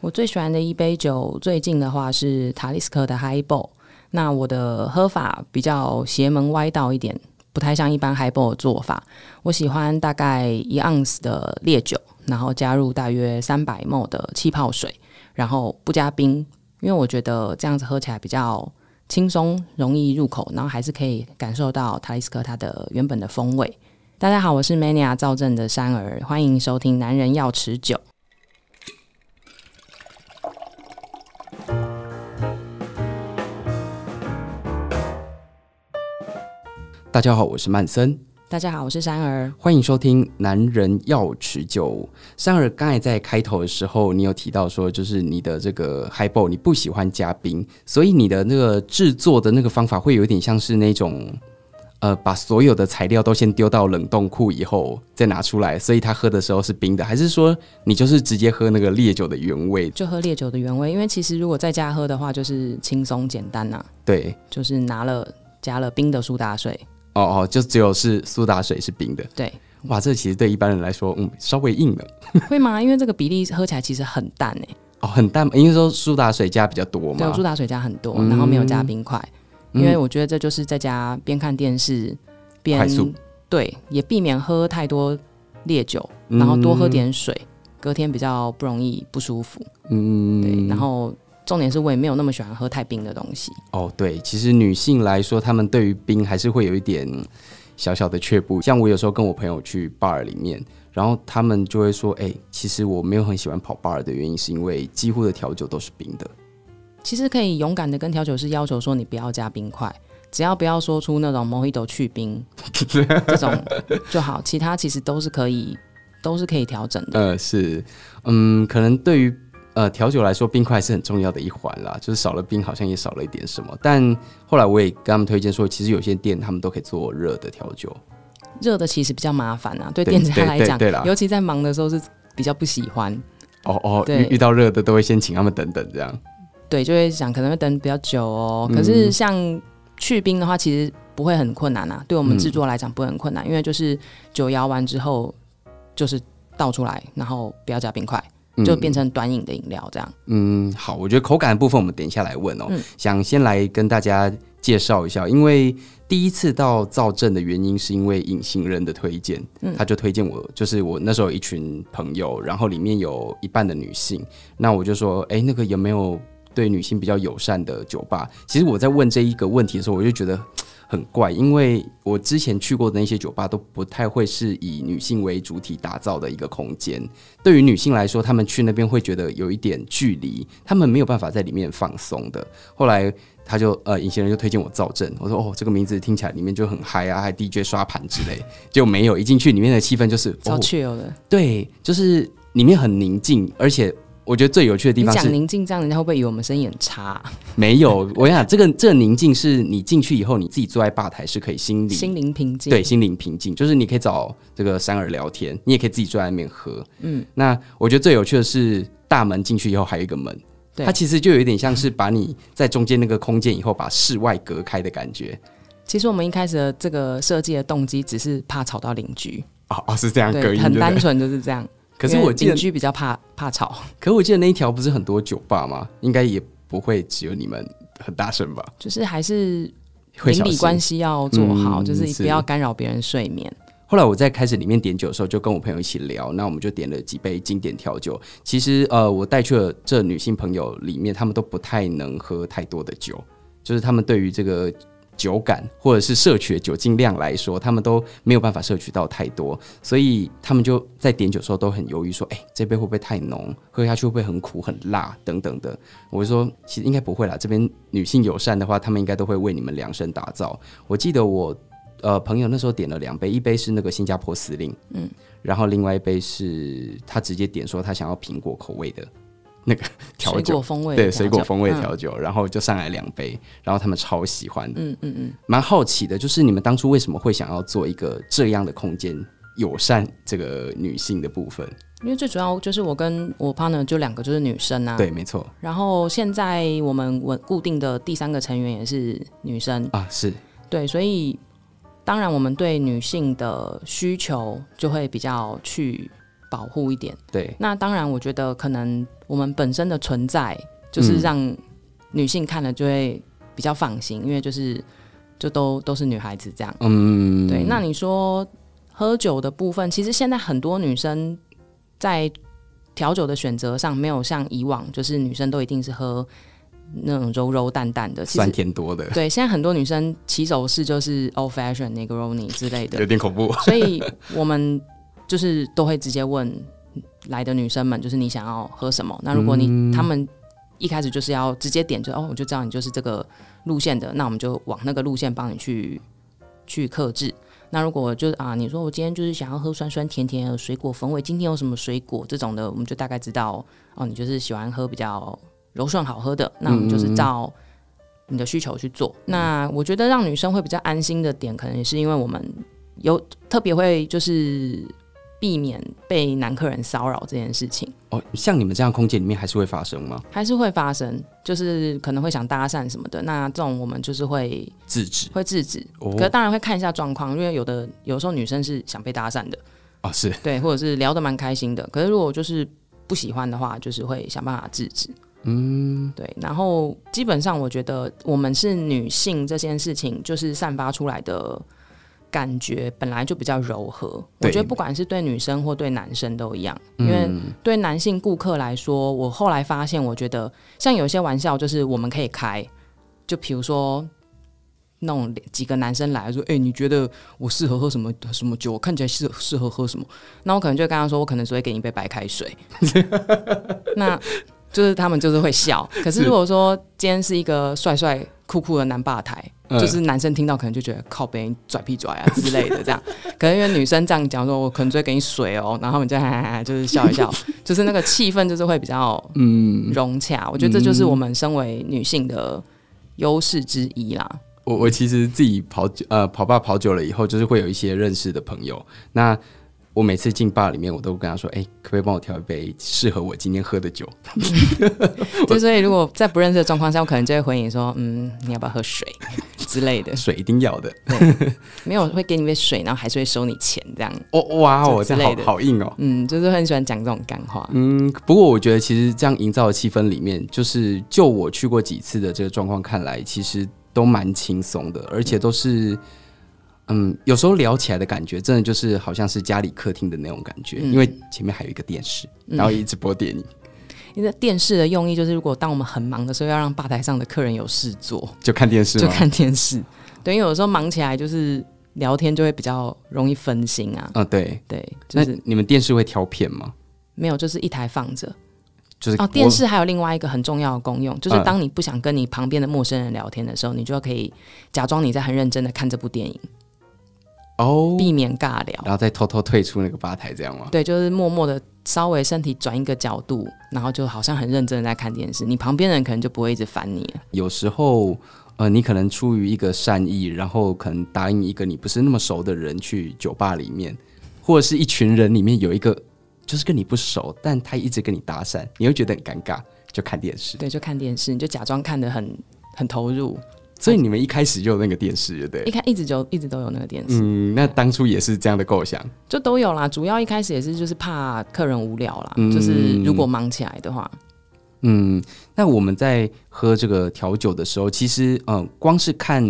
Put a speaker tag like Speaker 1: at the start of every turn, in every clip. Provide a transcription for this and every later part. Speaker 1: 我最喜欢的一杯酒，最近的话是塔利斯克的 Highball。那我的喝法比较邪门歪道一点，不太像一般 Highball 的做法。我喜欢大概一盎司的烈酒，然后加入大约三百 ml 的气泡水，然后不加冰，因为我觉得这样子喝起来比较轻松，容易入口，然后还是可以感受到塔利斯克它的原本的风味。大家好，我是 Mania 赵正的山儿，欢迎收听《男人要持久》。
Speaker 2: 大家好，我是曼森，
Speaker 1: 大家好，我是山儿。
Speaker 2: 欢迎收听《男人要持久》。山儿刚才在开头的时候，你有提到说，就是你的这个 highball 你不喜欢加冰，所以你的那个制作的那个方法会有点像是那种，呃，把所有的材料都先丢到冷冻库以后再拿出来，所以他喝的时候是冰的，还是说你就是直接喝那个烈酒的原味？
Speaker 1: 就喝烈酒的原味，因为其实如果在家喝的话，就是轻松简单呐、
Speaker 2: 对，
Speaker 1: 就是拿了加了冰的苏打水，
Speaker 2: 哦哦，就只有是苏打水是冰的。
Speaker 1: 对，
Speaker 2: 哇，这其实对一般人来说，嗯，稍微硬了。
Speaker 1: 会吗？因为这个比例喝起来其实很淡诶、
Speaker 2: 哦，很淡，因为说苏打水加比较多
Speaker 1: 对，
Speaker 2: 嘛
Speaker 1: 我苏。打水加很多，然后没有加冰块，
Speaker 2: 嗯
Speaker 1: 因为我觉得这就是在家边看电视边
Speaker 2: 快速
Speaker 1: 对，也避免喝太多烈酒，然后多喝
Speaker 2: 嗯
Speaker 1: 点水，隔天比较不容易不舒服。
Speaker 2: 嗯，
Speaker 1: 对，然后重点是我也没有那么喜欢喝太冰的东西。
Speaker 2: 哦，对，其实女性来说，她们对于冰还是会有一点小小的却步。像我有时候跟我朋友去 bar 里面，然后他们就会说：“哎、其实我没有很喜欢跑 bar 的原因，是因为几乎的调酒都是冰的。
Speaker 1: 其实可以勇敢的跟调酒师要求说，你不要加冰块，只要不要说出那种 Mojito 去冰这种就好，其他其实都是可以，都是可以调整”的。
Speaker 2: 呃，是，嗯，可能对于呃调酒来说，冰块是很重要的一环啦，就是少了冰，好像也少了一点什么。但后来我也跟他们推荐说，其实有些店他们都可以做热的调酒。
Speaker 1: 热的其实比较麻烦啊，对
Speaker 2: 对
Speaker 1: 店家来讲
Speaker 2: 对对对啦，
Speaker 1: 尤其在忙的时候是比较不喜欢，
Speaker 2: 哦哦，
Speaker 1: 对
Speaker 2: 遇遇到热的都会先请他们等等这样。
Speaker 1: 对，就会想可能会等比较久哦。可是像去冰的话，其实不会很困难啊，对我们制作来讲不会很困难，因为就是酒摇完之后就是倒出来，然后不要加冰块，就变成短饮的饮料这样。
Speaker 2: 嗯，好，我觉得口感的部分我们等一下来问哦。想先来跟大家介绍一下，因为第一次到造镇的原因是因为隐形人的推荐，他就推荐我，就是我那时候有一群朋友，然后里面有一半的女性，那我就说，哎、那个有没有对女性比较友善的酒吧？其实我在问这一个问题的时候，我就觉得。很怪，因为我之前去过的那些酒吧都不太会是以女性为主体打造的一个空间，对于女性来说，她们去那边会觉得有一点距离，她们没有办法在里面放松的。后来他就呃，隐形人就推荐我赵正，我说哦，这个名字听起来里面就很嗨啊，还 DJ 刷盘之类，就没有一进去里面的气氛就是
Speaker 1: 超
Speaker 2: 哦，
Speaker 1: chill 的。
Speaker 2: 对，就是里面很宁静，而且我觉得最有趣的地
Speaker 1: 你
Speaker 2: 方
Speaker 1: 讲
Speaker 2: 是
Speaker 1: 宁静这样，人家会不会以为我们生意很差啊、
Speaker 2: 没有，我想这个这个宁静是你进去以后你自己坐在吧台是可以心里
Speaker 1: 心灵平静。
Speaker 2: 对，，心灵平静，就是你可以找这个山儿聊天，你也可以自己坐在那边喝。嗯，那我觉得最有趣的是大门进去以后还有一个门，
Speaker 1: 对
Speaker 2: 它其实就有一点像是把你在中间那个空间以后把室外隔开的感觉。
Speaker 1: 其实我们一开始的这个设计的动机只是怕吵到邻居，
Speaker 2: 哦哦，是这样隔
Speaker 1: 对，
Speaker 2: 音，
Speaker 1: 很
Speaker 2: 对不对
Speaker 1: 单纯就是这样。
Speaker 2: 可是
Speaker 1: 因为
Speaker 2: 我记得
Speaker 1: 邻，居比较怕怕吵，
Speaker 2: 可我记得那一条不是很多酒吧吗？应该也不会只有你们很大声吧？
Speaker 1: 就是还是
Speaker 2: 会
Speaker 1: 邻
Speaker 2: 小
Speaker 1: 里
Speaker 2: 心。
Speaker 1: 关系要做好，
Speaker 2: 嗯
Speaker 1: 就是
Speaker 2: 是
Speaker 1: 不要干扰别人睡眠。
Speaker 2: 后来我在开始里面点酒的时候，就跟我朋友一起聊，那我们就点了几杯经典调酒。其实呃，我带去了这女性朋友里面，她们都不太能喝太多的酒，就是她们对于这个。酒感或者是摄取的酒精量来说，她们都没有办法摄取到太多，所以她们就在点酒的时候都很犹豫，说：“哎、这杯会不会太浓？喝下去会不会很苦、很辣等等的？”我就说：“其实应该不会啦，这边女性友善的话，她们应该都会为你们量身打造。”我记得我呃朋友那时候点了两杯，一杯是那个新加坡司令，嗯，然后另外一杯是他直接点说他想要苹果口味的那个调
Speaker 1: 水
Speaker 2: 酒
Speaker 1: 果，风味的
Speaker 2: 对，
Speaker 1: 调
Speaker 2: 水果
Speaker 1: 酒
Speaker 2: 风味
Speaker 1: 嗯
Speaker 2: 调酒，然后就上来两杯，然后他们超喜欢的，
Speaker 1: 嗯嗯嗯，
Speaker 2: 蛮好奇的，就是你们当初为什么会想要做一个这样的空间？友善这个女性的部分，
Speaker 1: 因为最主要就是我跟我 partner 就两个就是女生啊，
Speaker 2: 对，没错
Speaker 1: 然后现在我们稳固定的第三个成员也是女生，
Speaker 2: 啊，是
Speaker 1: 对，所以当然我们对女性的需求就会比较去保护一点。
Speaker 2: 对，
Speaker 1: 那当然，我觉得可能我们本身的存在就是让女性看了就会比较放心，因为就是就都都是女孩子这样。
Speaker 2: 嗯，
Speaker 1: 对，那你说喝酒的部分，其实现在很多女生在调酒的选择上，没有像以往，就是女生都一定是喝那种柔柔淡淡的。其
Speaker 2: 酸
Speaker 1: 实
Speaker 2: 甜多的，
Speaker 1: 对，现在很多女生起手式就是 old fashion、Negroni 之类的
Speaker 2: 有，点恐怖。
Speaker 1: 所以我们就是都会直接问来的女生们，就是你想要喝什么？那如果你、他们一开始就是要直接点，就哦，我就知道你就是这个路线的，那我们就往那个路线帮你去去克制。那如果就是啊，你说我今天就是想要喝酸酸甜甜的水果风味，今天有什么水果这种的，我们就大概知道哦，你就是喜欢喝比较柔顺好喝的，那我们就是照你的需求去做。那我觉得让女生会比较安心的点，可能也是因为我们有特别会就是避免被男客人骚扰这件事情，
Speaker 2: 哦，像你们这样空间里面还是会发生吗？
Speaker 1: 还是会发生，就是可能会想搭讪什么的。那这种我们就是会
Speaker 2: 制止
Speaker 1: 会制止，
Speaker 2: 哦
Speaker 1: 可当然会看一下状况，因为有的有时候女生是想被搭讪的，
Speaker 2: 哦，是
Speaker 1: 对，或者是聊得蛮开心的。可是如果就是不喜欢的话，就是会想办法制止。嗯，对。然后基本上，我觉得我们是女性这件事情，就是散发出来的感觉本来就比较柔和。我
Speaker 2: 对
Speaker 1: 觉得不管是对女生或对男生都一样，因为对男性顾客来说，我后来发现，我觉得像有些玩笑，就是我们可以开，就比如说。那种几个男生来说，哎、你觉得我适合喝什么什么酒？我看起来适适合喝什么？那我可能就会跟他说，我可能只会给你一杯白开水。 那就是他们就是会 笑。可是如果说今天是一个帅帅酷酷的男吧台，
Speaker 2: 嗯
Speaker 1: 就是男生听到可能就觉得靠别人拽屁拽啊之类的这样。 可能因为女生这样讲说，我可能只会给你水哦，然后我们就哈哈哈，就是笑一 笑，就是那个气氛就是会比较
Speaker 2: 嗯，
Speaker 1: 融洽。我觉得这就是我们身为女性的优势之一 啦。
Speaker 2: 我我其实自己跑久呃跑吧跑久了以后，就是会有一些认识的朋友。那我每次进吧里面，我都跟他说：“哎、可不可以帮我调一杯适合我今天喝的酒
Speaker 1: 就所以如果在不认识的状况下，我可能就会回你说，嗯，你要不要喝水之类的？”，
Speaker 2: 水一定要的。
Speaker 1: 没有会给你杯水，然后还是会收你钱这样。
Speaker 2: 哦哇哦，
Speaker 1: 这
Speaker 2: 这
Speaker 1: 之
Speaker 2: 样
Speaker 1: 类的
Speaker 2: 好好硬哦。
Speaker 1: 嗯，就是很喜欢讲这种干话。
Speaker 2: 嗯，不过我觉得其实这样营造的气氛里面，就是就我去过几次的这个状况看来，其实都蛮轻松的，而且都是。嗯，有时候聊起来的感觉，真的就是好像是家里客厅的那种感觉，
Speaker 1: 嗯
Speaker 2: 因为前面还有一个电视，然后一直播电影，
Speaker 1: 因为电视的用意就是，如果当我们很忙的时候，要让吧台上的客人有事做，
Speaker 2: 就看电视
Speaker 1: 就
Speaker 2: 吗？
Speaker 1: 看电视。对，因为有时候忙起来就是聊天就会比较容易分心啊。
Speaker 2: 嗯，对。
Speaker 1: 对，就是
Speaker 2: 那你们电视会挑片吗？
Speaker 1: 没有，就是一台放着。
Speaker 2: 就是
Speaker 1: 哦，
Speaker 2: 我
Speaker 1: 电视还有另外一个很重要的功用，就是
Speaker 2: 嗯
Speaker 1: 当你不想跟你旁边的陌生人聊天的时候，你就可以假装你在很认真的看这部电影，
Speaker 2: 哦，
Speaker 1: 避免尬聊。
Speaker 2: 然后再偷偷退出那个吧台，这样吗？
Speaker 1: 对，就是默默的稍微身体转一个角度，然后就好像很认真的在看电视，你旁边的人可能就不会一直烦你了。
Speaker 2: 有时候，呃，你可能出于一个善意，然后可能答应一个你不是那么熟的人去酒吧里面，或者是一群人里面有一个就是跟你不熟，但他一直跟你搭讪，你会觉得很尴尬，就看电视。
Speaker 1: 对，就看电视，你就假装看得很很投入。
Speaker 2: 所以你们一开始就有那个电视，对不
Speaker 1: 一
Speaker 2: 对？
Speaker 1: 开一直就一直都有那个电视，
Speaker 2: 嗯，那当初也是这样的构想。
Speaker 1: 就都有啦。主要一开始也是就是怕客人无聊啦，
Speaker 2: 嗯
Speaker 1: 就是如果忙起来的话，
Speaker 2: 嗯，那我们在喝这个调酒的时候，其实嗯，光是看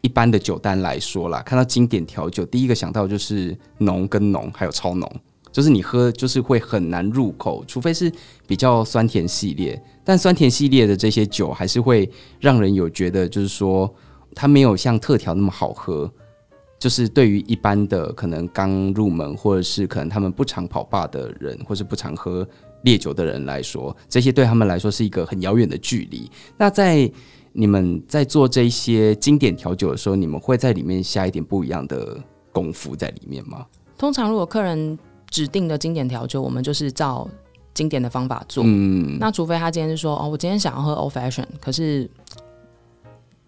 Speaker 2: 一般的酒单来说啦，看到经典调酒，第一个想到就是浓跟浓，还有超浓，就是你喝就是会很难入口，除非是比较酸甜系列。但酸甜系列的这些酒，还是会让人有觉得，就是说它没有像特调那么好喝。就是对于一般的可能刚入门，或者是可能他们不常跑吧的人，或是不常喝烈酒的人来说，这些对他们来说是一个很遥远的距离。那在你们在做这些经典调酒的时候，你们会在里面下一点不一样的功夫在里面吗？
Speaker 1: 通常如果客人指定的经典调酒，我们就是照经典的方法做。
Speaker 2: 嗯，
Speaker 1: 那除非他今天是说哦，我今天想要喝 old fashion，可是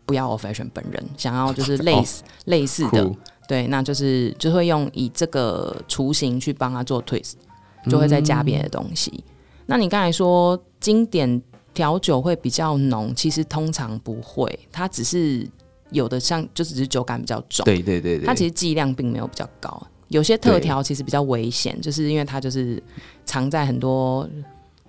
Speaker 1: 不要 old fashion 本人，想要就是类似、类似的，
Speaker 2: 哦酷
Speaker 1: 对，那就是就会用以这个雏形去帮他做 twist，就会再加别的东西。
Speaker 2: 嗯
Speaker 1: 那你刚才说经典调酒会比较浓，其实通常不会，它只是有的像就只是酒感比较重，
Speaker 2: 对对对对，
Speaker 1: 它其实剂量并没有比较高，有些特调其实比较危险，就是因为它就是藏在很多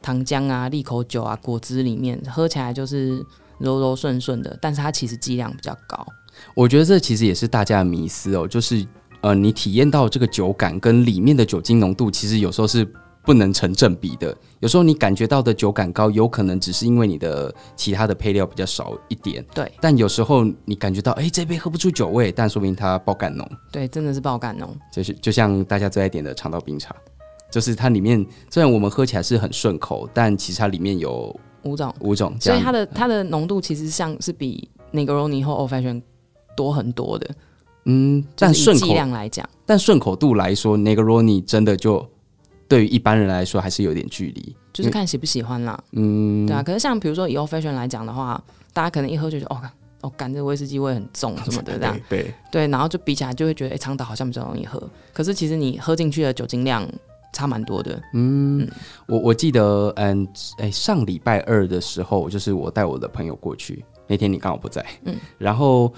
Speaker 1: 糖浆啊、利口酒啊、果汁里面，喝起来就是柔柔顺顺的，但是它其实剂量比较高。
Speaker 2: 我觉得这其实也是大家的迷思哦，就是呃，你体验到这个酒感跟里面的酒精浓度，其实有时候是不能成正比的。有时候你感觉到的酒感高，有可能只是因为你的其他的配料比较少一点，
Speaker 1: 对
Speaker 2: 但有时候你感觉到，哎、这杯喝不出酒味，但说明它爆干浓。
Speaker 1: 对，真的是爆哦感浓。
Speaker 2: 就是就像大家最爱点的长岛冰茶，就是它里面虽然我们喝起来是很顺口，但其实它里面有
Speaker 1: 吴总，
Speaker 2: 五种这
Speaker 1: 所
Speaker 2: 样，
Speaker 1: 以它的它的浓度其实像是比 Negroni 或 Old Fashion 多很多的，
Speaker 2: 嗯，
Speaker 1: 就
Speaker 2: 但
Speaker 1: 是以
Speaker 2: 顺
Speaker 1: 剂
Speaker 2: 口
Speaker 1: 量来讲，
Speaker 2: 但顺口度来说，Negroni 真的就对于一般人来说还是有点距离。
Speaker 1: 就是看喜不喜欢啦。
Speaker 2: 嗯，
Speaker 1: 对啊，可是像比如说以 Old Fashion 来讲的话，大家可能一喝就觉得哦，干哦，感这威士忌味很重什么的这样，
Speaker 2: 对对
Speaker 1: 对，然后就比起来就会觉得，哎、长岛好像比较容易喝，可是其实你喝进去的酒精量差蛮多的。
Speaker 2: 嗯我我记得，嗯，哎，上礼拜二的时候，就是我带我的朋友过去，那天你刚好不在，嗯， 然后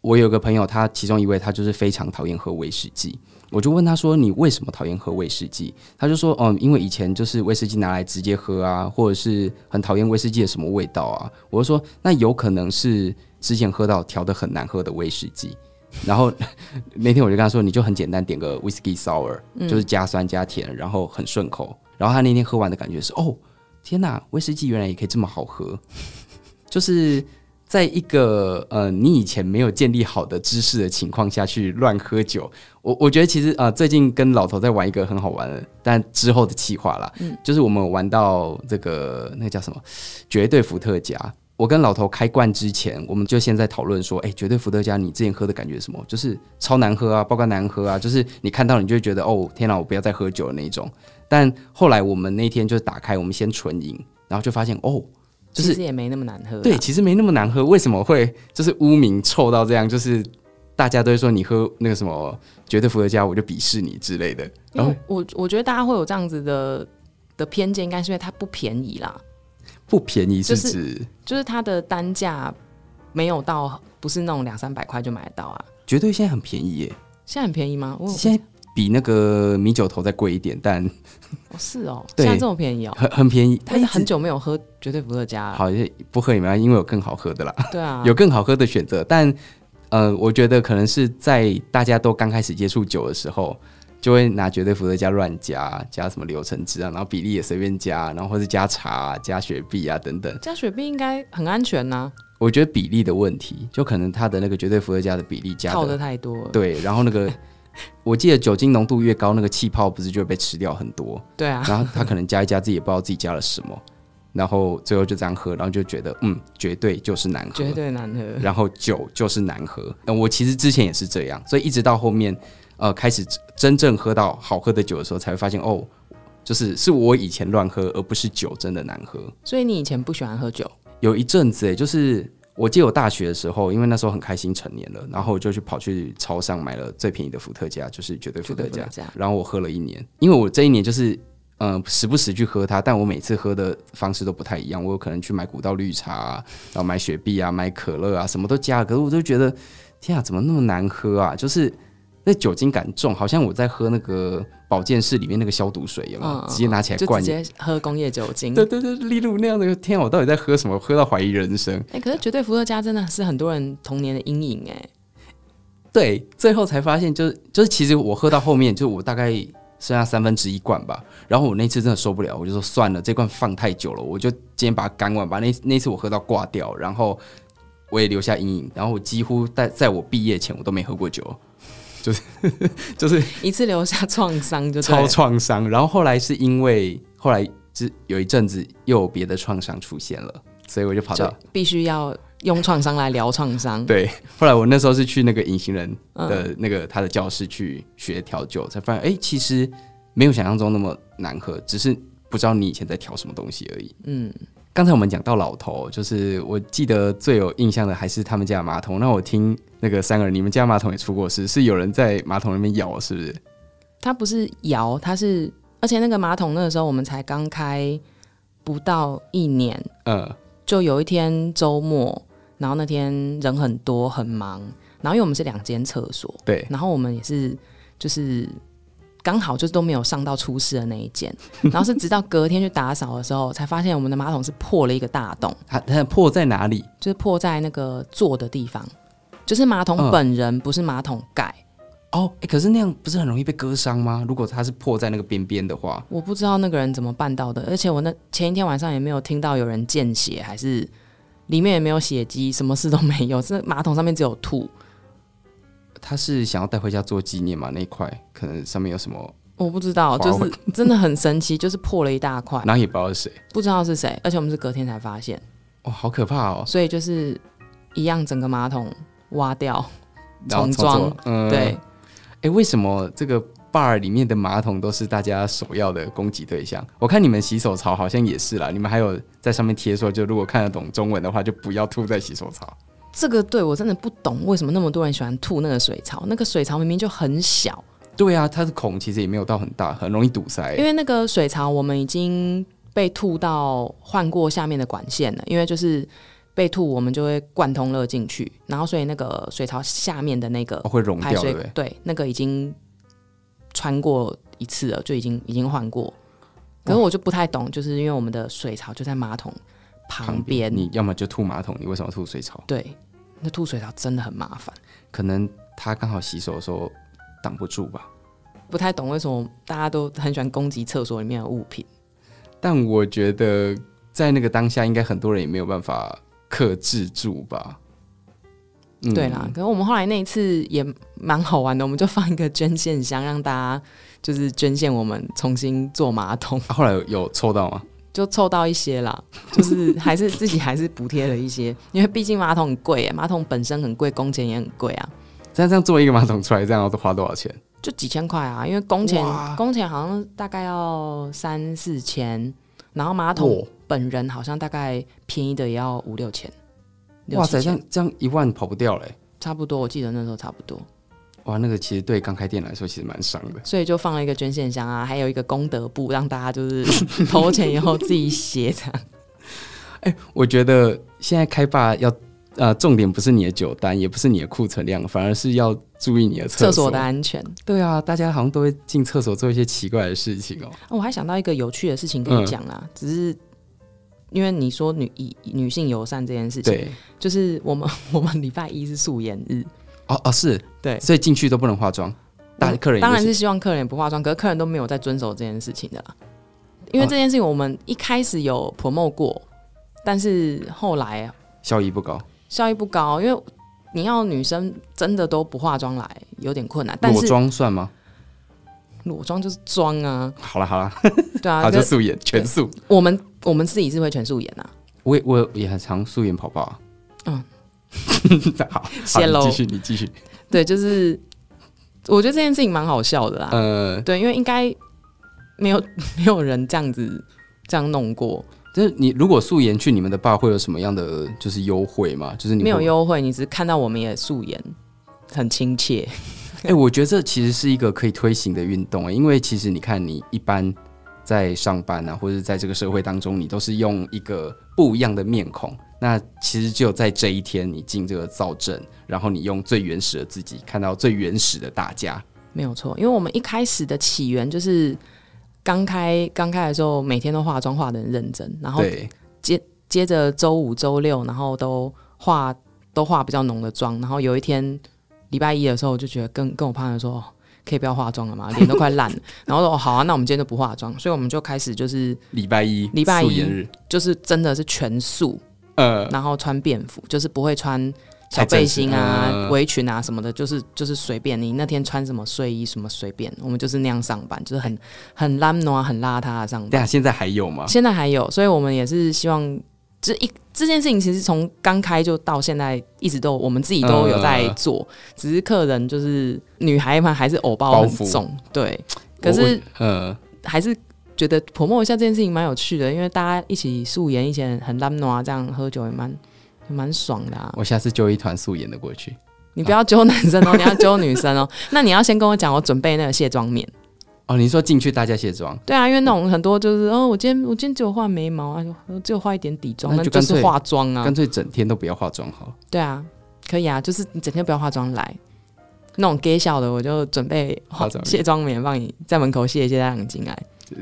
Speaker 2: 我有个朋友，他其中一位他就是非常讨厌喝威士忌，我就问他说，你为什么讨厌喝威士忌？他就说，嗯，因为以前就是威士忌拿来直接喝啊，或者是很讨厌威士忌的什么味道啊。我就说，那有可能是之前喝到调的很难喝的威士忌。然后 那天我就跟他说，你就很简单点个 whiskey sour，、就是加酸加甜，然后很顺口。然后他那天喝完的感觉是，哦，天哪，威士忌原来也可以这么好喝，就是在一个呃你以前没有建立好的知识的情况下去乱喝酒。我我觉得其实啊、呃最近跟老头在玩一个很好玩的，但之后的企划啦，就是我们玩到这个那个叫什么绝对伏特加。我跟老头开罐之前，我们就先在讨论说，哎、绝对伏特加，你之前喝的感觉是什么？就是超难喝啊，包括难喝啊，就是你看到你就会觉得，哦，天哪，我不要再喝酒的那一种。但后来我们那天就打开，我们先纯饮，然后就发现，哦，
Speaker 1: 其
Speaker 2: 就是
Speaker 1: 实也没那么难喝啦。
Speaker 2: 对，其实没那么难喝，为什么会就是污名臭到这样？就是大家都会说你喝那个什么绝对伏特加，我就鄙视你之类的。
Speaker 1: 因
Speaker 2: 然后
Speaker 1: 为我我觉得大家会有这样子的的偏见，应该是因为它不便宜啦，
Speaker 2: 不便宜是
Speaker 1: 就是
Speaker 2: 指、
Speaker 1: 就是它的单价没有到，不是那种两三百块就买得到啊。
Speaker 2: 绝对现在很便宜耶，
Speaker 1: 现在很便宜吗？我
Speaker 2: 现在比那个米酒头再贵一点，但
Speaker 1: 哦是哦，
Speaker 2: 对
Speaker 1: 现在这么便宜哦。
Speaker 2: 很很便宜。
Speaker 1: 但
Speaker 2: 它
Speaker 1: 是
Speaker 2: 一
Speaker 1: 很
Speaker 2: 直
Speaker 1: 久没有喝绝对伏特加了，
Speaker 2: 好不喝也没关系，因为有更好喝的啦。
Speaker 1: 对啊，
Speaker 2: 有更好喝的选择，但呃，我觉得可能是在大家都刚开始接触酒的时候，就会拿绝对伏特加乱加，加什么柳橙汁啊，然后比例也随便加，然后或是加茶啊、加雪碧啊等等。
Speaker 1: 加雪碧应该很安全呐、
Speaker 2: 我觉得比例的问题，就可能它的那个绝对伏特加的比例加
Speaker 1: 套的
Speaker 2: 的
Speaker 1: 太多了。
Speaker 2: 对，然后那个我记得酒精浓度越高，那个气泡不是就会被吃掉很多，
Speaker 1: 对啊，
Speaker 2: 然后他可能加一加，自己也不知道自己加了什么。然后最后就这样喝，然后就觉得嗯，绝对就是难喝，
Speaker 1: 绝对难喝。
Speaker 2: 然后酒就是难喝。那我其实之前也是这样，所以一直到后面，呃，开始真正喝到好喝的酒的时候，才会发现哦，就是是我以前乱喝，而不是酒真的难喝。
Speaker 1: 所以你以前不喜欢喝酒，啊
Speaker 2: 有一阵子，哎，就是我记得我大学的时候，因为那时候很开心成年了，然后我就去跑去超商买了最便宜的伏特加，就是绝对伏特
Speaker 1: 绝对
Speaker 2: 加
Speaker 1: 伏特加，
Speaker 2: 然后我喝了一年，因为我这一年就是。嗯，时不时去喝它，但我每次喝的方式都不太一样。我有可能去买古道绿茶、啊，然后买雪碧啊，买可乐啊，什么都加了。可是我就觉得，天啊，怎么那么难喝啊？就是那酒精感重，好像我在喝那个保健室里面那个消毒水，有没有？
Speaker 1: 嗯嗯
Speaker 2: 直接拿起来
Speaker 1: 就
Speaker 2: 灌
Speaker 1: 直接喝工业酒精。
Speaker 2: 对对对，例如那样的，天、啊，我到底在喝什么？喝到怀疑人生。
Speaker 1: 哎、可是绝对伏特加真的是很多人童年的阴影哎、
Speaker 2: 对，最后才发现，就是就是，其实我喝到后面，就我大概剩下三分之一罐吧。然后我那次真的受不了，我就说算了，这罐放太久了，我就今天把它干完，把那那次我喝到挂掉，然后我也留下阴影。然后我几乎在在我毕业前，我都没喝过酒，就是 就是
Speaker 1: 一次留下创伤就对
Speaker 2: 超
Speaker 1: 了
Speaker 2: 创伤。然后后来是因为后来之有一阵子又有别的创伤出现了，所以我就跑到
Speaker 1: 就必须要用创伤来疗创伤。
Speaker 2: 对，后来我那时候是去那个隐形人
Speaker 1: 嗯
Speaker 2: 的那个他的教室去学调酒，才发现哎、诶其实没有想象中那么难喝，只是不知道你以前在调什么东西而已。
Speaker 1: 嗯，
Speaker 2: 刚才我们讲到老头，就是我记得最有印象的还是他们家的马桶。那我听那个三个人，你们家马桶也出过事，是有人在马桶那边咬，是不是？
Speaker 1: 它不是摇，它是，而且那个马桶那个时候我们才刚开不到一年，
Speaker 2: 嗯，
Speaker 1: 就有一天周末，然后那天人很多很忙，然后因为我们是两间厕所，
Speaker 2: 对，
Speaker 1: 然后我们也是就是刚好就是都没有上到出事的那一 间，然后是直到隔天去打扫的时候，才发现我们的马桶是破了一个大洞，
Speaker 2: 它它的破在哪里？
Speaker 1: 就是破在那个坐的地方，就是马桶
Speaker 2: 嗯
Speaker 1: 本人，不是马桶盖。
Speaker 2: 哦，哎、可是那样不是很容易被割伤吗？如果它是破在那个边边的话，
Speaker 1: 我不知道那个人怎么办到的，而且我那前一天晚上也没有听到有人见血，还是里面也没有血迹，什么事都没有，是马桶上面只有吐。
Speaker 2: 他是想要带回家做纪念嘛？那一块可能上面有什么，
Speaker 1: 我不知道，就
Speaker 2: 划
Speaker 1: 是真的很神奇，就是破了一大块，
Speaker 2: 然后也不知道是谁。
Speaker 1: 不知道是谁，而且我们是隔天才发现，
Speaker 2: 哦，好可怕哦！
Speaker 1: 所以就是一样整个马桶挖掉，
Speaker 2: 然后
Speaker 1: 重
Speaker 2: 从
Speaker 1: 装
Speaker 2: 左，嗯
Speaker 1: 对，
Speaker 2: 哎、为什么这个 bar 里面的马桶都是大家首要的攻击对象？我看你们洗手槽好像也是啦，你们还有在上面贴说，就如果看得懂中文的话，就不要吐在洗手槽。
Speaker 1: 这个对我真的不懂，为什么那么多人喜欢吐那个水槽？那个水槽明明就很小，
Speaker 2: 对啊，它的孔其实也没有到很大，很容易堵塞
Speaker 1: 因。为那个水槽我们已经被吐到换过下面的管线了，因为就是被吐，我们就会贯通了进去，然后所以那个水槽下面的那个
Speaker 2: 哦、会溶
Speaker 1: 排
Speaker 2: 掉，对
Speaker 1: 水
Speaker 2: 不对？
Speaker 1: 对那个已经穿过一次了，就已经已经换过。可是我就不太懂，就是因为我们的水槽就在马桶旁边，
Speaker 2: 嗯你要么就吐马桶，你为什么要吐水槽？
Speaker 1: 对，那吐水槽真的很麻烦，
Speaker 2: 可能他刚好洗手的时候挡不住吧。
Speaker 1: 不太懂为什么大家都很喜欢攻击厕所里面的物品。
Speaker 2: 但我觉得在那个当下，应该很多人也没有办法克制住吧。嗯
Speaker 1: 对啦，可是我们后来那一次也蛮好玩的，我们就放一个捐献箱，让大家就是捐献我们重新做马桶，
Speaker 2: 啊后来有有抽到吗？
Speaker 1: 就凑到一些啦， 就是还是自己还是补贴了一些， 因为毕竟马桶很贵耶，马桶本身很贵，工钱也很贵啊，
Speaker 2: 但这样做一个马桶出来，这样要花多少钱？
Speaker 1: 就几千块啊，因为工钱
Speaker 2: 哇
Speaker 1: 工钱好像大概要三四千，然后马桶
Speaker 2: 哇
Speaker 1: 本人好像大概便宜的也要五六千，六
Speaker 2: 哇
Speaker 1: 七
Speaker 2: 塞，这
Speaker 1: 千
Speaker 2: 样这样一万跑不掉嘞！
Speaker 1: 差不多，我记得那时候差不多。
Speaker 2: 哇，那个其实对刚开店来说其实蛮伤的。
Speaker 1: 所以就放了一个捐献箱啊，还有一个功德簿，让大家就是 投钱以后自己写这样。
Speaker 2: 哎我觉得现在开霸要呃，重点不是你的酒单，也不是你的库存量，反而是要注意你的
Speaker 1: 厕
Speaker 2: 厕
Speaker 1: 所的安全、
Speaker 2: 对啊，大家好像都会进厕所做一些奇怪的事情哦。
Speaker 1: 哦我还想到一个有趣的事情可以讲啊，只是因为你说女以女性友善这件事情，
Speaker 2: 对，
Speaker 1: 就是我们 我们礼拜一是素颜日，
Speaker 2: 哦哦是，
Speaker 1: 对
Speaker 2: 所以进去都不能化妆，大客人也
Speaker 1: 当然
Speaker 2: 是
Speaker 1: 是希望客人也不化妆，可是客人都没有在遵守这件事情的啦。啊因为这件事情我们一开始有 promote 过，但是后来啊
Speaker 2: 效益不高，
Speaker 1: 效益不高，因为你要女生真的都不化妆来有点困难，但
Speaker 2: 裸
Speaker 1: 是
Speaker 2: 妆算吗？
Speaker 1: 裸妆就是妆啊，
Speaker 2: 好了好了，
Speaker 1: 对 啊，
Speaker 2: 好就
Speaker 1: 可是
Speaker 2: 素颜全素。
Speaker 1: 我们我们自己是会全素颜啊，
Speaker 2: 我也我也很常素颜跑跑啊。
Speaker 1: 嗯，
Speaker 2: 好，好
Speaker 1: 谢喽
Speaker 2: 你继续你继续。
Speaker 1: 对，就是我觉得这件事情蛮好笑的啦，
Speaker 2: 呃，
Speaker 1: 对，因为应该没有 没有人这样子这样弄过，
Speaker 2: 就是你如果素颜去你们的 bar 会有什么样的就是优惠吗？就是你
Speaker 1: 没有
Speaker 2: 会
Speaker 1: 优惠，你只是看到我们也素颜，很亲切，
Speaker 2: 哎、我觉得这其实是一个可以推行的运动、欸，因为其实你看，你一般在上班啊，或者在这个社会当中，你都是用一个不一样的面孔。那其实只有在这一天，你进这个造镇，然后你用最原始的自己，看到最原始的大家。
Speaker 1: 没有错，因为我们一开始的起源就是刚开刚开的时候，每天都化妆化的很认真，然后
Speaker 2: 对，
Speaker 1: 接着周五、周六，然后都化都化比较浓的妆，然后有一天礼拜一的时候，我就觉得跟跟我 partner 说，哦可以不要化妆了嘛，脸都快烂了。然后说、哦、好啊，那我们今天就不化妆，所以我们就开始就是
Speaker 2: 礼拜一，
Speaker 1: 礼拜一
Speaker 2: 素颜日，
Speaker 1: 就是真的是全素，
Speaker 2: 呃，
Speaker 1: 然后穿便服，就是不会穿小
Speaker 2: 太正式
Speaker 1: 背心啊、
Speaker 2: 嗯
Speaker 1: 围裙啊什么的，就是就是随便你那天穿什么睡衣什么随便，我们就是那样上班，就是很很懒惰、很邋遢的上班
Speaker 2: 对。啊，现在还有吗？
Speaker 1: 现在还有，所以我们也是希望这一这件事情，其实从刚开就到现在一直都我们自己都有在做，
Speaker 2: 嗯
Speaker 1: 只是客人就是女孩嘛，还是偶包
Speaker 2: 包
Speaker 1: 很
Speaker 2: 袱
Speaker 1: 重，对，可是
Speaker 2: 我我呃，
Speaker 1: 还是。觉得泼墨一下这件事情蛮有趣的，因为大家一起素颜，一起很浪暖，这样喝酒也蛮也蛮爽的啊。
Speaker 2: 我下次揪一团素颜的过去。
Speaker 1: 你不要揪男生哦，你要揪女生 哦。那你要先跟我讲，我准备那个卸妆棉。
Speaker 2: 哦，你说进去大家卸妆，
Speaker 1: 对啊，因为那种很多就是哦，我今天我今天只有画眉毛啊，就只有画一点底妆，
Speaker 2: 那
Speaker 1: 那
Speaker 2: 就
Speaker 1: 就
Speaker 2: 干
Speaker 1: 是
Speaker 2: 脆
Speaker 1: 化妆啊。
Speaker 2: 干脆整天都不要化妆好了。
Speaker 1: 对啊，可以啊，就是你整天不要化妆来，那种给小的，我就准备化
Speaker 2: 化妆棉
Speaker 1: 卸妆棉，帮你在门口卸一卸，再让你进来。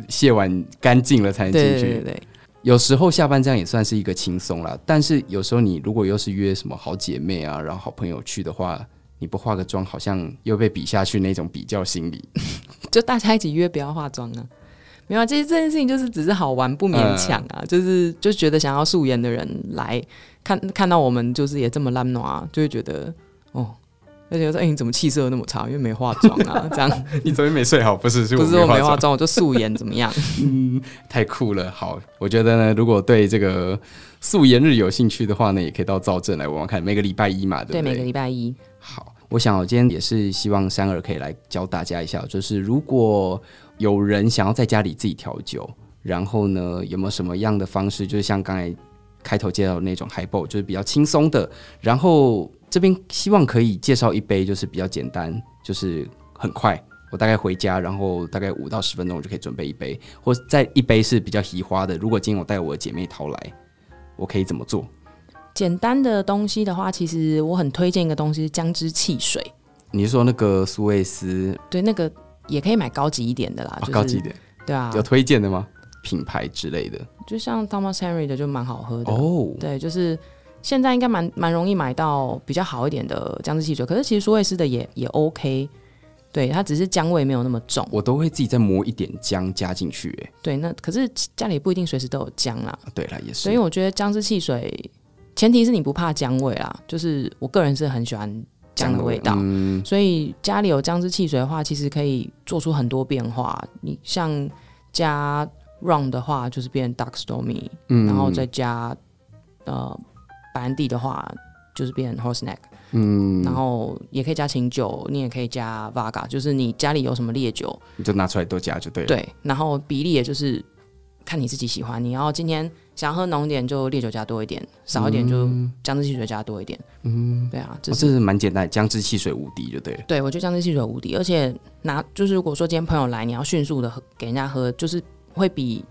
Speaker 2: 卸完干净了才能进
Speaker 1: 对
Speaker 2: 去。
Speaker 1: 对对对，
Speaker 2: 有时候下班这样也算是一个轻松啦，但是有时候你如果又是约什么好姐妹啊，然后好朋友去的话，你不化个妆好像又被比下去那种比较心理。
Speaker 1: 就大家一起约，不要化妆啊。没有啊，其实这件事情就是只是好玩，不勉强啊。
Speaker 2: 嗯
Speaker 1: 就是就觉得想要素颜的人来看看到我们，就是也这么烂暖啊，就会觉得哦，而且说哎、你怎么气色那么差？因为没化妆啊， 这样
Speaker 2: 你昨天没睡好，不是？是
Speaker 1: 不是我没化
Speaker 2: 妆，
Speaker 1: 妆，我就素颜怎么样？
Speaker 2: 太酷了。好，我觉得呢，如果对这个素颜日有兴趣的话呢，也可以到赵正来玩玩看，每个礼拜一嘛，对
Speaker 1: 对，
Speaker 2: 不
Speaker 1: 每个礼拜一，
Speaker 2: 好，我想我今天也是希望珊儿可以来教大家一下，就是如果有人想要在家里自己调酒，然后呢，有没有什么样的方式？就是像刚才开头介绍的那种 highball，就是比较轻松的。然后这边希望可以介绍一杯，就是比较简单，就是很快。我大概回家，然后大概五到十分钟我就可以准备一杯，或再一杯是比较提花的。如果今天我带我的姐妹淘来，我可以怎么做？
Speaker 1: 简单的东西的话，其实我很推荐一个东西是姜汁汽水，
Speaker 2: 你是说那个苏维斯、
Speaker 1: 对，那个也可以买高级一点的啦，
Speaker 2: 啊
Speaker 1: 就是、
Speaker 2: 高级一点？
Speaker 1: 对啊，
Speaker 2: 有推荐的吗？品牌之类的
Speaker 1: 就像 Thomas Henry 的就蛮好喝的，
Speaker 2: 哦，
Speaker 1: 对，就是现在应该蛮蛮容易买到比较好一点的姜汁汽水，可是其实苏味斯的也也 OK，对，它只是姜味没有那么重，
Speaker 2: 我都会自己再磨一点姜加进去。哎
Speaker 1: 对，那可是家里不一定随时都有姜啦，
Speaker 2: 啊对了，也是
Speaker 1: 所以，我觉得姜汁汽水前提是你不怕姜味啦，就是我个人是很喜欢姜的味道，
Speaker 2: 嗯，
Speaker 1: 所以家里有姜汁汽水的话，其实可以做出很多变化，你像加 rum 的话就是变 dark stormy，
Speaker 2: 嗯
Speaker 1: 然后再加呃白兰地的话就是变 horse neck，
Speaker 2: 嗯，
Speaker 1: 然后也可以加清酒，你也可以加 vaga，就是你家里有什么烈酒，
Speaker 2: 你就拿出来都加就对了。，
Speaker 1: 对，然后比例也就是看你自己喜欢，你要今天想要喝浓一点就烈酒加多一点，少一点就
Speaker 2: 嗯
Speaker 1: 姜汁汽水加多一点，嗯，对啊，这
Speaker 2: 哦、
Speaker 1: 是。
Speaker 2: 这是蛮简单的，姜汁汽水无敌就对了。
Speaker 1: 对，我觉得姜汁汽水无敌，而且拿就是如果说今天朋友来，你要迅速的给人家喝，就是会比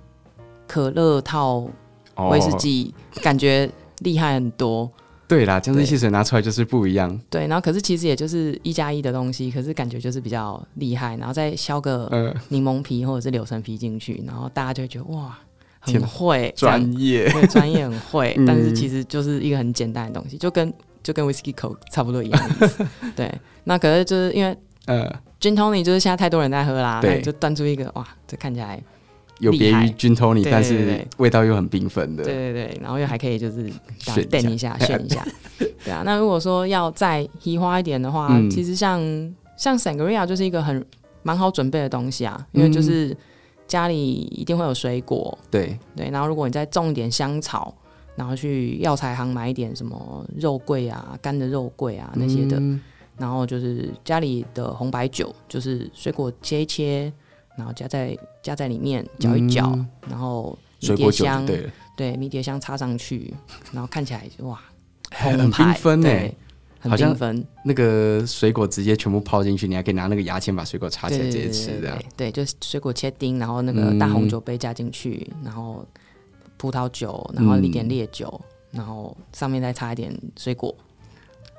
Speaker 1: 可乐套
Speaker 2: 哦
Speaker 1: 威士忌感觉厉害很多。
Speaker 2: 对啦，姜汁
Speaker 1: 对
Speaker 2: 汽水拿出来就是不一样。
Speaker 1: 对，然后可是其实也就是一加一的东西，可是感觉就是比较厉害，然后再削个
Speaker 2: 呃，
Speaker 1: 柠檬皮或者是柳橙皮进去，然后大家就会觉得哇，
Speaker 2: 天
Speaker 1: 很
Speaker 2: 哪
Speaker 1: 会这样
Speaker 2: 专业。
Speaker 1: 对，专业很会，但是
Speaker 2: 嗯
Speaker 1: 其实就是一个很简单的东西，就跟就跟 whisky 口差不多一样的意思。 对，那可是就是因为
Speaker 2: 呃，
Speaker 1: gin tonic 就是现在太多人在喝啦，
Speaker 2: 对
Speaker 1: 那你就端出一个哇，这看起来
Speaker 2: 有别
Speaker 1: 厉
Speaker 2: 于
Speaker 1: 害
Speaker 2: 君 Tony，
Speaker 1: 对
Speaker 2: 但
Speaker 1: 对
Speaker 2: 是
Speaker 1: 对
Speaker 2: 味道又很缤纷
Speaker 1: 对
Speaker 2: 的。
Speaker 1: 对对，然后又还可以就是
Speaker 2: 炫一下
Speaker 1: 垫一下炫一 下，对啊。那如果说要再移花一点的话，
Speaker 2: 嗯
Speaker 1: 其实像像 sangria 就是一个很蛮好准备的东西啊，因为
Speaker 2: 嗯
Speaker 1: 就是家里一定会有水果，
Speaker 2: 对，
Speaker 1: 对，然后如果你再种一点香草，然后去药材行买一点什么肉桂啊、干的肉桂啊那些的，
Speaker 2: 嗯
Speaker 1: 然后就是家里的红白酒，就是水果切一切，然后加在加在里面搅一搅，
Speaker 2: 嗯
Speaker 1: 然后
Speaker 2: 水
Speaker 1: 迷
Speaker 2: 果
Speaker 1: 迭
Speaker 2: 酒就
Speaker 1: 香
Speaker 2: 对了。
Speaker 1: 对迷迭香插上去，然后看起来哇，
Speaker 2: 很
Speaker 1: 澎湃
Speaker 2: 缤纷
Speaker 1: 对
Speaker 2: 欸
Speaker 1: 很
Speaker 2: 好像
Speaker 1: 缤纷，
Speaker 2: 那个水果直接全部泡进去，你还可以拿那个牙签把水果插起
Speaker 1: 对对
Speaker 2: 来直
Speaker 1: 对
Speaker 2: 接吃，这样
Speaker 1: 对。对，就是水果切丁，然后那个大
Speaker 2: 嗯
Speaker 1: 红酒杯加进去，然后葡萄酒，然后一点
Speaker 2: 嗯
Speaker 1: 烈酒，然后上面再插一点水果，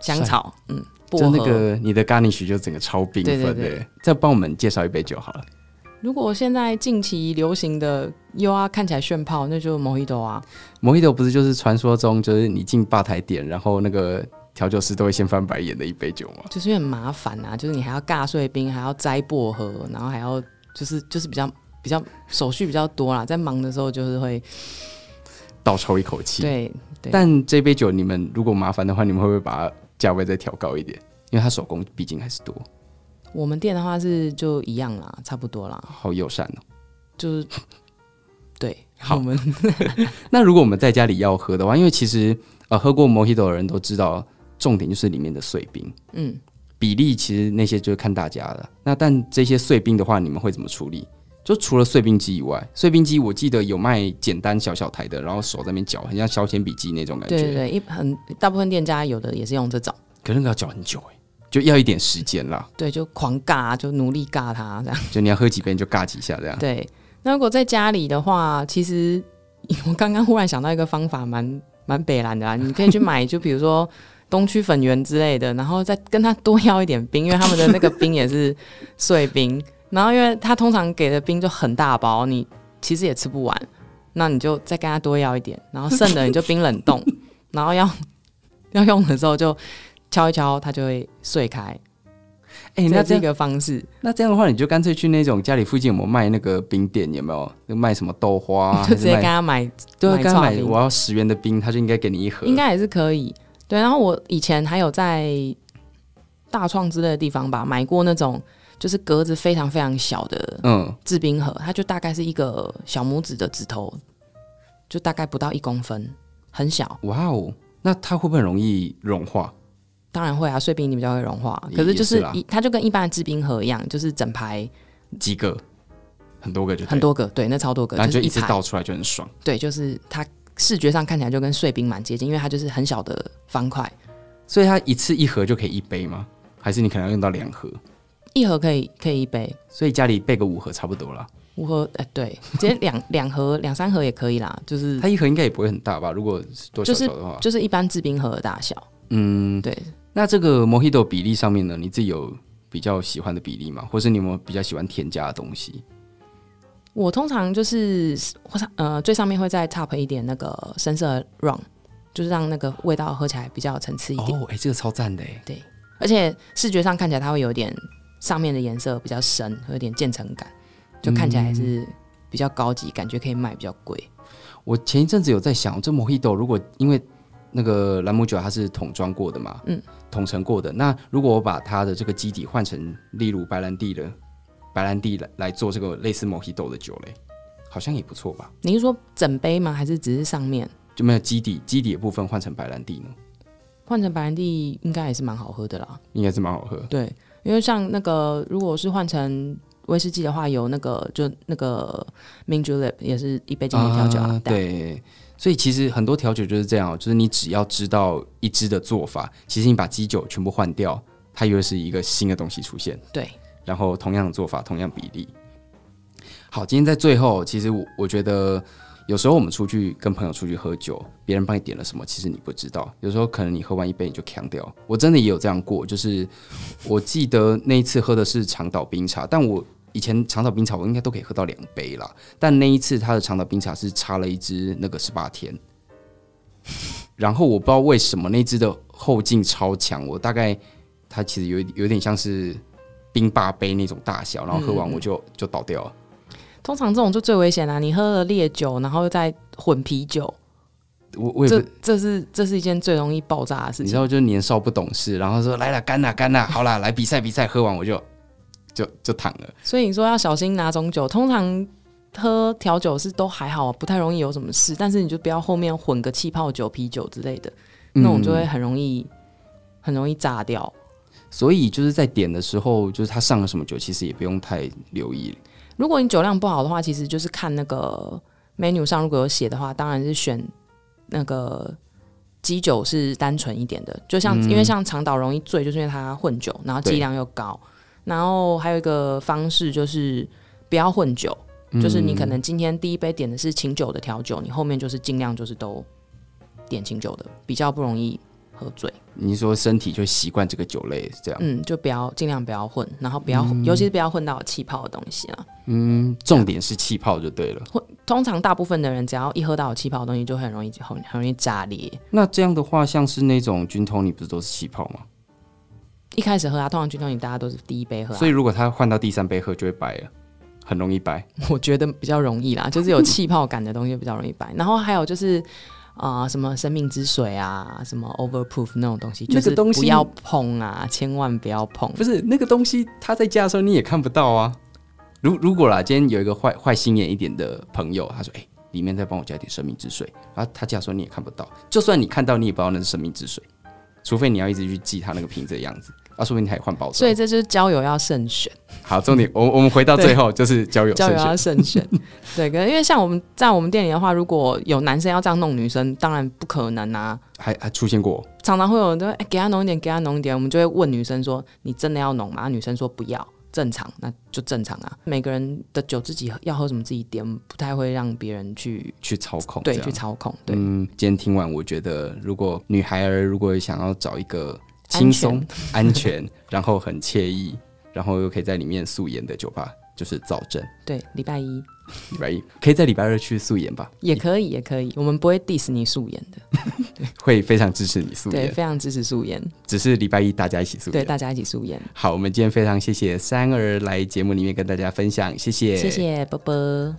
Speaker 1: 香
Speaker 2: 帅
Speaker 1: 草，嗯，薄
Speaker 2: 就
Speaker 1: 荷。
Speaker 2: 那个你的 garnish 就整个超缤
Speaker 1: 对对
Speaker 2: 纷的
Speaker 1: 对。
Speaker 2: 再帮我们介绍一杯酒好了。
Speaker 1: 如果现在近期流行的又要看起来炫泡，那就 Mojito 啊，
Speaker 2: 摩 o 头不是就是传说中就是你进吧台点，然后那个调酒师都会先翻白眼的一杯酒吗？
Speaker 1: 就是因为很麻烦啊，就是你还要尬碎冰，还要摘薄荷，然后还要就是就是比较比较手续比较多啦，在忙的时候就是会
Speaker 2: 倒抽一口气。，
Speaker 1: 对对，
Speaker 2: 但这杯酒你们如果麻烦的话，你们会不会把它价位再调高一点？因为它手工毕竟还是多，
Speaker 1: 我们店的话是就一样啦，差不多啦，
Speaker 2: 好友善哦。
Speaker 1: 就是对，
Speaker 2: 好
Speaker 1: 我们
Speaker 2: 那如果我们在家里要喝的话，因为其实呃喝过 Mojito 的人都知道，重点就是里面的碎冰
Speaker 1: 嗯，
Speaker 2: 比例，其实那些就是看大家的。那但这些碎冰的话，你们会怎么处理？就除了碎冰机以外，碎冰机我记得有卖简单小小台的，然后手在那边搅，很像削铅笔机那种感觉。
Speaker 1: 对对对，一很大部分店家有的也是用这种，
Speaker 2: 可是那个要搅很久哎、就要一点时间啦。
Speaker 1: 对，就狂尬，啊就努力尬它这样。
Speaker 2: 就你要喝几杯你就尬几下这样。
Speaker 1: 对，那如果在家里的话，其实啊我刚刚忽然想到一个方法，蛮蛮北蓝的啦，你可以去买，就比如说。东区粉圆之类的，然后再跟他多要一点冰，因为他们的那个冰也是碎冰。然后因为他通常给的冰就很大包，你其实也吃不完，那你就再跟他多要一点，然后剩的你就冰冷冻，然后要要用的时候就敲一敲，它就会碎开。
Speaker 2: 哎、
Speaker 1: 那
Speaker 2: 那这
Speaker 1: 这
Speaker 2: 样
Speaker 1: 个方式，
Speaker 2: 那这样的话，你就干脆去那种家里附近有没有卖那个冰店，有没有？那卖什么豆花、啊？
Speaker 1: 就直接
Speaker 2: 还
Speaker 1: 跟
Speaker 2: 是卖
Speaker 1: 他买
Speaker 2: 对啊，
Speaker 1: 买
Speaker 2: 跟他
Speaker 1: 刨
Speaker 2: 买
Speaker 1: 冰
Speaker 2: 我要十元的冰，他就应该给你一盒。
Speaker 1: 应该也是可以。对，然后我以前还有在大创之类的地方吧，买过那种就是格子非常非常小的
Speaker 2: 嗯，
Speaker 1: 制冰盒，它就大概是一个小拇指的指头，就大概不到一公分，很小。
Speaker 2: 哇哦，那它会不会很容易融化？
Speaker 1: 当然会啊，碎冰你比较会融化，
Speaker 2: 也
Speaker 1: 可是就
Speaker 2: 也是
Speaker 1: 是
Speaker 2: 啦
Speaker 1: 一它就跟一般的制冰盒一样，就是整排
Speaker 2: 几个，很多个就对
Speaker 1: 很，多个，对，那超多个，
Speaker 2: 然后就
Speaker 1: 就
Speaker 2: 一
Speaker 1: 是
Speaker 2: 次
Speaker 1: 排，
Speaker 2: 倒出来就很爽。
Speaker 1: 对，就是它视觉上看起来就跟碎冰蛮接近，因为它就是很小的方块，
Speaker 2: 所以它一次一盒就可以一杯吗？还是你可能要用到两盒？
Speaker 1: 一盒可以可以一杯，
Speaker 2: 所以家里备个五盒差不多啦。
Speaker 1: 五盒，哎、对，直接两 两盒、两三盒也可以啦，就是
Speaker 2: 它一盒应该也不会很大吧？如果是多小
Speaker 1: 嗯就是
Speaker 2: 小的话，
Speaker 1: 就是一般制冰盒的大小。
Speaker 2: 嗯，
Speaker 1: 对。
Speaker 2: 那这个 Mojito 比例上面呢，你自己有比较喜欢的比例吗？或是你有没有比较喜欢添加的东西？
Speaker 1: 我通常就是我上呃最上面会再 top 一点那个深色 rum，就是让那个味道喝起来比较有层次一点，
Speaker 2: 哦，哎、这个超赞的哎！
Speaker 1: 而且视觉上看起来它会有点上面的颜色比较深，会有点渐层感，就看起来还是比较高级，感觉可以卖比较贵。
Speaker 2: 我前一阵子有在想，这 Mojito 如果因为那个兰姆酒它是桶装过的嘛，嗯，桶成过的，那如果我把它的这个基底换成例如白兰地的白兰地来来做这个类似 Mojito 的酒嘞，好像也不错吧？
Speaker 1: 你是说整杯吗？还是只是上面
Speaker 2: 就没有基底基底的部分换成白兰地呢，
Speaker 1: 换成白兰地应该也是蛮好喝的啦。
Speaker 2: 应该是蛮好喝。
Speaker 1: 对，因为像那个如果是换成威士忌的话，有那个就那个 m i n Julep 也是一杯经典调酒啊
Speaker 2: 啊，对，所以其实很多调酒就是这样哦，就是你只要知道一支的做法，其实你把基酒全部换掉，它又是一个新的东西出现。
Speaker 1: 对，
Speaker 2: 然后同样的做法，同样比例。好，今天在最后，其实我我觉得有时候我们出去跟朋友出去喝酒，别人帮你点了什么，其实你不知道。有时候可能你喝完一杯你就呛掉，我真的也有这样过。就是我记得那一次喝的是长岛冰茶，但我以前长岛冰茶我应该都可以喝到两杯啦，但那一次他的长岛冰茶是插了一支那个十八天，然后我不知道为什么那支的后劲超强，我大概它其实有一有点像是冰霸杯那种大小，然后喝
Speaker 1: 嗯
Speaker 2: 完我就、就倒掉了。
Speaker 1: 通常这种就最危险啦、啊你喝了烈酒，然后再混啤酒，
Speaker 2: 我我也
Speaker 1: 这
Speaker 2: 不，
Speaker 1: 这是这是一件最容易爆炸的事
Speaker 2: 你知
Speaker 1: 情。
Speaker 2: 道，就是年少不懂事，然后说来了干啦干啦，好 啦，来比赛比赛，喝完我就就就躺了。
Speaker 1: 所以你说要小心哪种酒，通常喝调酒是都还好，不太容易有什么事，但是你就不要后面混个气泡酒、啤酒之类的，那种就
Speaker 2: 嗯
Speaker 1: 会很容易、很容易炸掉。
Speaker 2: 所以就是在点的时候，就是他上了什么酒，其实也不用太留意。
Speaker 1: 如果你酒量不好的话，其实就是看那个 menu 上如果有写的话，当然是选那个基酒是单纯一点的，就像、因为像长岛容易醉，就是因为它混酒，然后
Speaker 2: 对
Speaker 1: 剂量又高。然后还有一个方式就是不要混酒，就是你可能今天第一杯点的是清酒的调酒，你后面就是尽量就是都点清酒的，比较不容易喝醉。
Speaker 2: 你说身体就习惯这个酒类这样。
Speaker 1: 嗯，就不要尽量不要混，然后不要，尤其是不要混到有气泡的东西啊。
Speaker 2: 嗯，重点是气泡就对了。
Speaker 1: 会通常大部分的人只要一喝到有气泡的东西，就很容易很很容易炸裂。
Speaker 2: 那这样的话，像是那种军通，你不是都是气泡吗？
Speaker 1: 一开始喝啊，通常军统饮大家都是第一杯喝、啊，
Speaker 2: 所以如果他换到第三杯喝，就会白了，很容易白。
Speaker 1: 我觉得比较容易啦，就是有气泡感的东西比较容易摆。然后还有就是啊、呃什么生命之水啊，什么 overproof 那种东西，
Speaker 2: 那
Speaker 1: 就
Speaker 2: 个
Speaker 1: 是
Speaker 2: 东西
Speaker 1: 不要碰啊，千万不要碰。
Speaker 2: 不是那个东西，他在家的时候你也看不到啊。如如果啦，今天有一个坏坏心眼一点的朋友，他说：“哎、里面再帮我加点生命之水。”然后他家的时候你也看不到，就算你看到，你也不知道那是生命之水，除非你要一直去记他那个瓶子的样子。啊，说不定他也换包
Speaker 1: 所
Speaker 2: 装
Speaker 1: 以。这就是交友要慎选，
Speaker 2: 好，重点，我我们回到最后，就是交友
Speaker 1: 交友啊
Speaker 2: 慎
Speaker 1: 要慎
Speaker 2: 选。
Speaker 1: 选。对，可能因为像我们在我们店里的话，如果有男生要这样弄女生，当然不可能啊。
Speaker 2: 还还出现过，
Speaker 1: 啊常常会有人就会、哎给他浓一点，给他浓一点，我们就会问女生说：“你真的要浓吗？”女生说：“不要。”正常，那就正常啊。每个人的酒自己要喝什么自己点，不太会让别人去
Speaker 2: 去操控，
Speaker 1: 对
Speaker 2: 哦这样
Speaker 1: 去操控。对，
Speaker 2: 嗯，今天听完，我觉得如果女孩儿如果想要找一个轻松、 安全，然后很惬意，然后又可以在里面素颜的酒吧，就是造镇。
Speaker 1: 对，礼拜一
Speaker 2: 礼拜一可以在礼拜二去素颜吧，
Speaker 1: 也可以，也可以，我们不会 diss 你素颜的，
Speaker 2: 会非常支持你素
Speaker 1: 对，
Speaker 2: 颜。
Speaker 1: 非常支持素颜，
Speaker 2: 只是礼拜一大家一起素
Speaker 1: 对，
Speaker 2: 颜。
Speaker 1: 大家一起素颜，
Speaker 2: 好，我们今天非常谢谢三儿来节目里面跟大家分享，谢谢，
Speaker 1: 谢谢，波波。